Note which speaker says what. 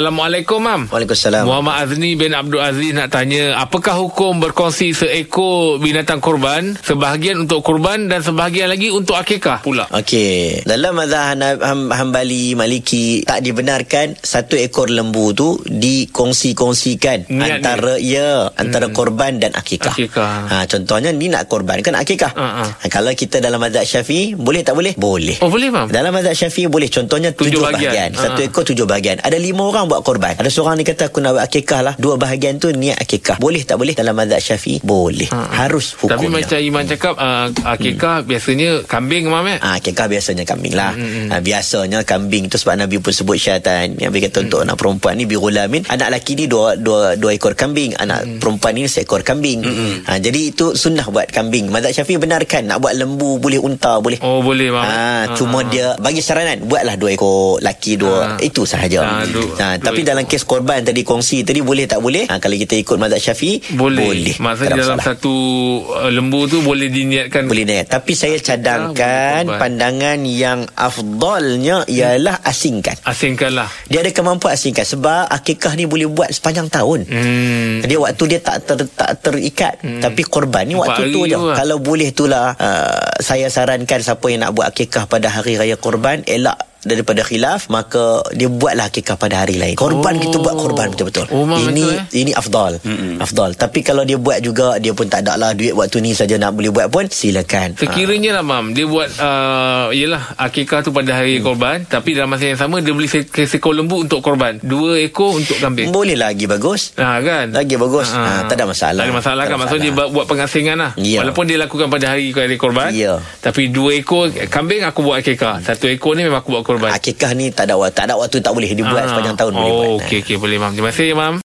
Speaker 1: Assalamualaikum, Mam.
Speaker 2: Waalaikumsalam.
Speaker 1: Muhammad Azni bin Abdul Aziz nak tanya, apakah hukum berkongsi seekor binatang kurban, sebahagian untuk kurban dan sebahagian lagi untuk akikah pula?
Speaker 2: Okey. Dalam mazhab Hana- Ham- Hambali, Maliki tak dibenarkan satu ekor lembu tu dikongsi-kongsikan
Speaker 1: Niat Hmm.
Speaker 2: antara ya, antara korban dan akikah.
Speaker 1: Akikah.
Speaker 2: Ha contohnya ni nak korbankan akikah.
Speaker 1: Ha, ha.
Speaker 2: Ha, kalau kita dalam mazhab Syafi'i boleh tak boleh? Boleh.
Speaker 1: Oh, boleh, Mam?
Speaker 2: Dalam mazhab Syafi'i boleh contohnya tujuh,
Speaker 1: Tujuh bahagian.
Speaker 2: bahagian. Satu
Speaker 1: Ha.
Speaker 2: ekor tujuh bahagian. Ada lima orang buat korban. Ada seorang ni kata aku nak buat akikah lah. Dua bahagian tu niat akikah. Boleh tak boleh dalam mazhab Syafi'i? Boleh. Harus
Speaker 1: Ha. Tapi
Speaker 2: hukumnya. Hmm.
Speaker 1: macam Iman cakap, uh, akikah biasanya kambing, Mam, eh?
Speaker 2: Ah, kekah biasanya kambing lah.
Speaker 1: Mm,
Speaker 2: Mm-hmm. Ah, biasanya kambing tu sebab Nabi pun sebut syaitan. Yang Nabi kata untuk
Speaker 1: Mm.
Speaker 2: anak perempuan ni birulamin, anak lelaki ni dua dua dua ekor kambing, anak
Speaker 1: Mm.
Speaker 2: mm-hmm. perempuan ni seekor kambing. Mm-hmm. Ah, jadi itu sunnah buat kambing. Mazhab Syafi'i benarkan nak buat lembu boleh unta boleh.
Speaker 1: Oh, boleh, Mam.
Speaker 2: Ah,
Speaker 1: Ah, ah.
Speaker 2: cuma dia bagi saranan buatlah dua ekor laki dua
Speaker 1: Ah.
Speaker 2: itu sahaja.
Speaker 1: Ah, du-
Speaker 2: Ah,
Speaker 1: dua
Speaker 2: tapi
Speaker 1: ekor.
Speaker 2: dalam kes korban tadi kongsi tadi boleh tak boleh? Ah, kalau kita ikut mazhab Syafi'i
Speaker 1: Boleh.
Speaker 2: boleh.
Speaker 1: Maksudnya
Speaker 2: Tak ada
Speaker 1: dalam
Speaker 2: masalah.
Speaker 1: satu uh, lembu tu boleh diniatkan
Speaker 2: Boleh naik Tapi saya cadangkan
Speaker 1: boleh korban.
Speaker 2: Pandangan yang afdalnya Ialah asingkan
Speaker 1: asingkanlah.
Speaker 2: Dia ada kemampuan asingkan Sebab akikah ni boleh buat sepanjang tahun
Speaker 1: Hmm.
Speaker 2: Dia waktu dia tak ter, tak terikat hmm. Tapi korban ni
Speaker 1: Empat
Speaker 2: waktu tu
Speaker 1: hari
Speaker 2: je
Speaker 1: tu lah.
Speaker 2: Kalau boleh tu lah uh, Saya sarankan siapa yang nak buat akikah pada hari raya korban Elak daripada khilaf Maka dia buatlah akikah pada hari lain Korban
Speaker 1: Oh.
Speaker 2: kita buat korban betul-betul
Speaker 1: Oh, memang
Speaker 2: Ini
Speaker 1: betul, eh?
Speaker 2: ini afdal mm Afdal Tapi kalau dia buat juga Dia pun tak ada lah Duit waktu ni saja nak boleh buat pun Silakan Ah.
Speaker 1: Sekiranya lah mam Dia buat uh, Yelah Akikah tu pada hari korban Tapi dalam masa yang sama Dia beli se- seekor lembu untuk korban Dua ekor untuk kambing
Speaker 2: Boleh lagi bagus.
Speaker 1: Ha kan
Speaker 2: Lagi bagus. Ha, tak ada
Speaker 1: Tak
Speaker 2: masalah.
Speaker 1: ada masalah
Speaker 2: Tak
Speaker 1: kan
Speaker 2: ada
Speaker 1: Maksudnya dia
Speaker 2: masalah.
Speaker 1: buat, buat pengasingan lah
Speaker 2: Ya.
Speaker 1: Walaupun dia lakukan pada hari hari korban
Speaker 2: Ya.
Speaker 1: Tapi dua ekor Kambing aku buat akikah Satu ekor ni memang aku buat korban
Speaker 2: Akikah ni tak ada waktu, tak ada waktu tak boleh dibuat
Speaker 1: Ah.
Speaker 2: sepanjang tahun
Speaker 1: oh,
Speaker 2: boleh buat.
Speaker 1: Okey okey boleh mam Terima kasih mam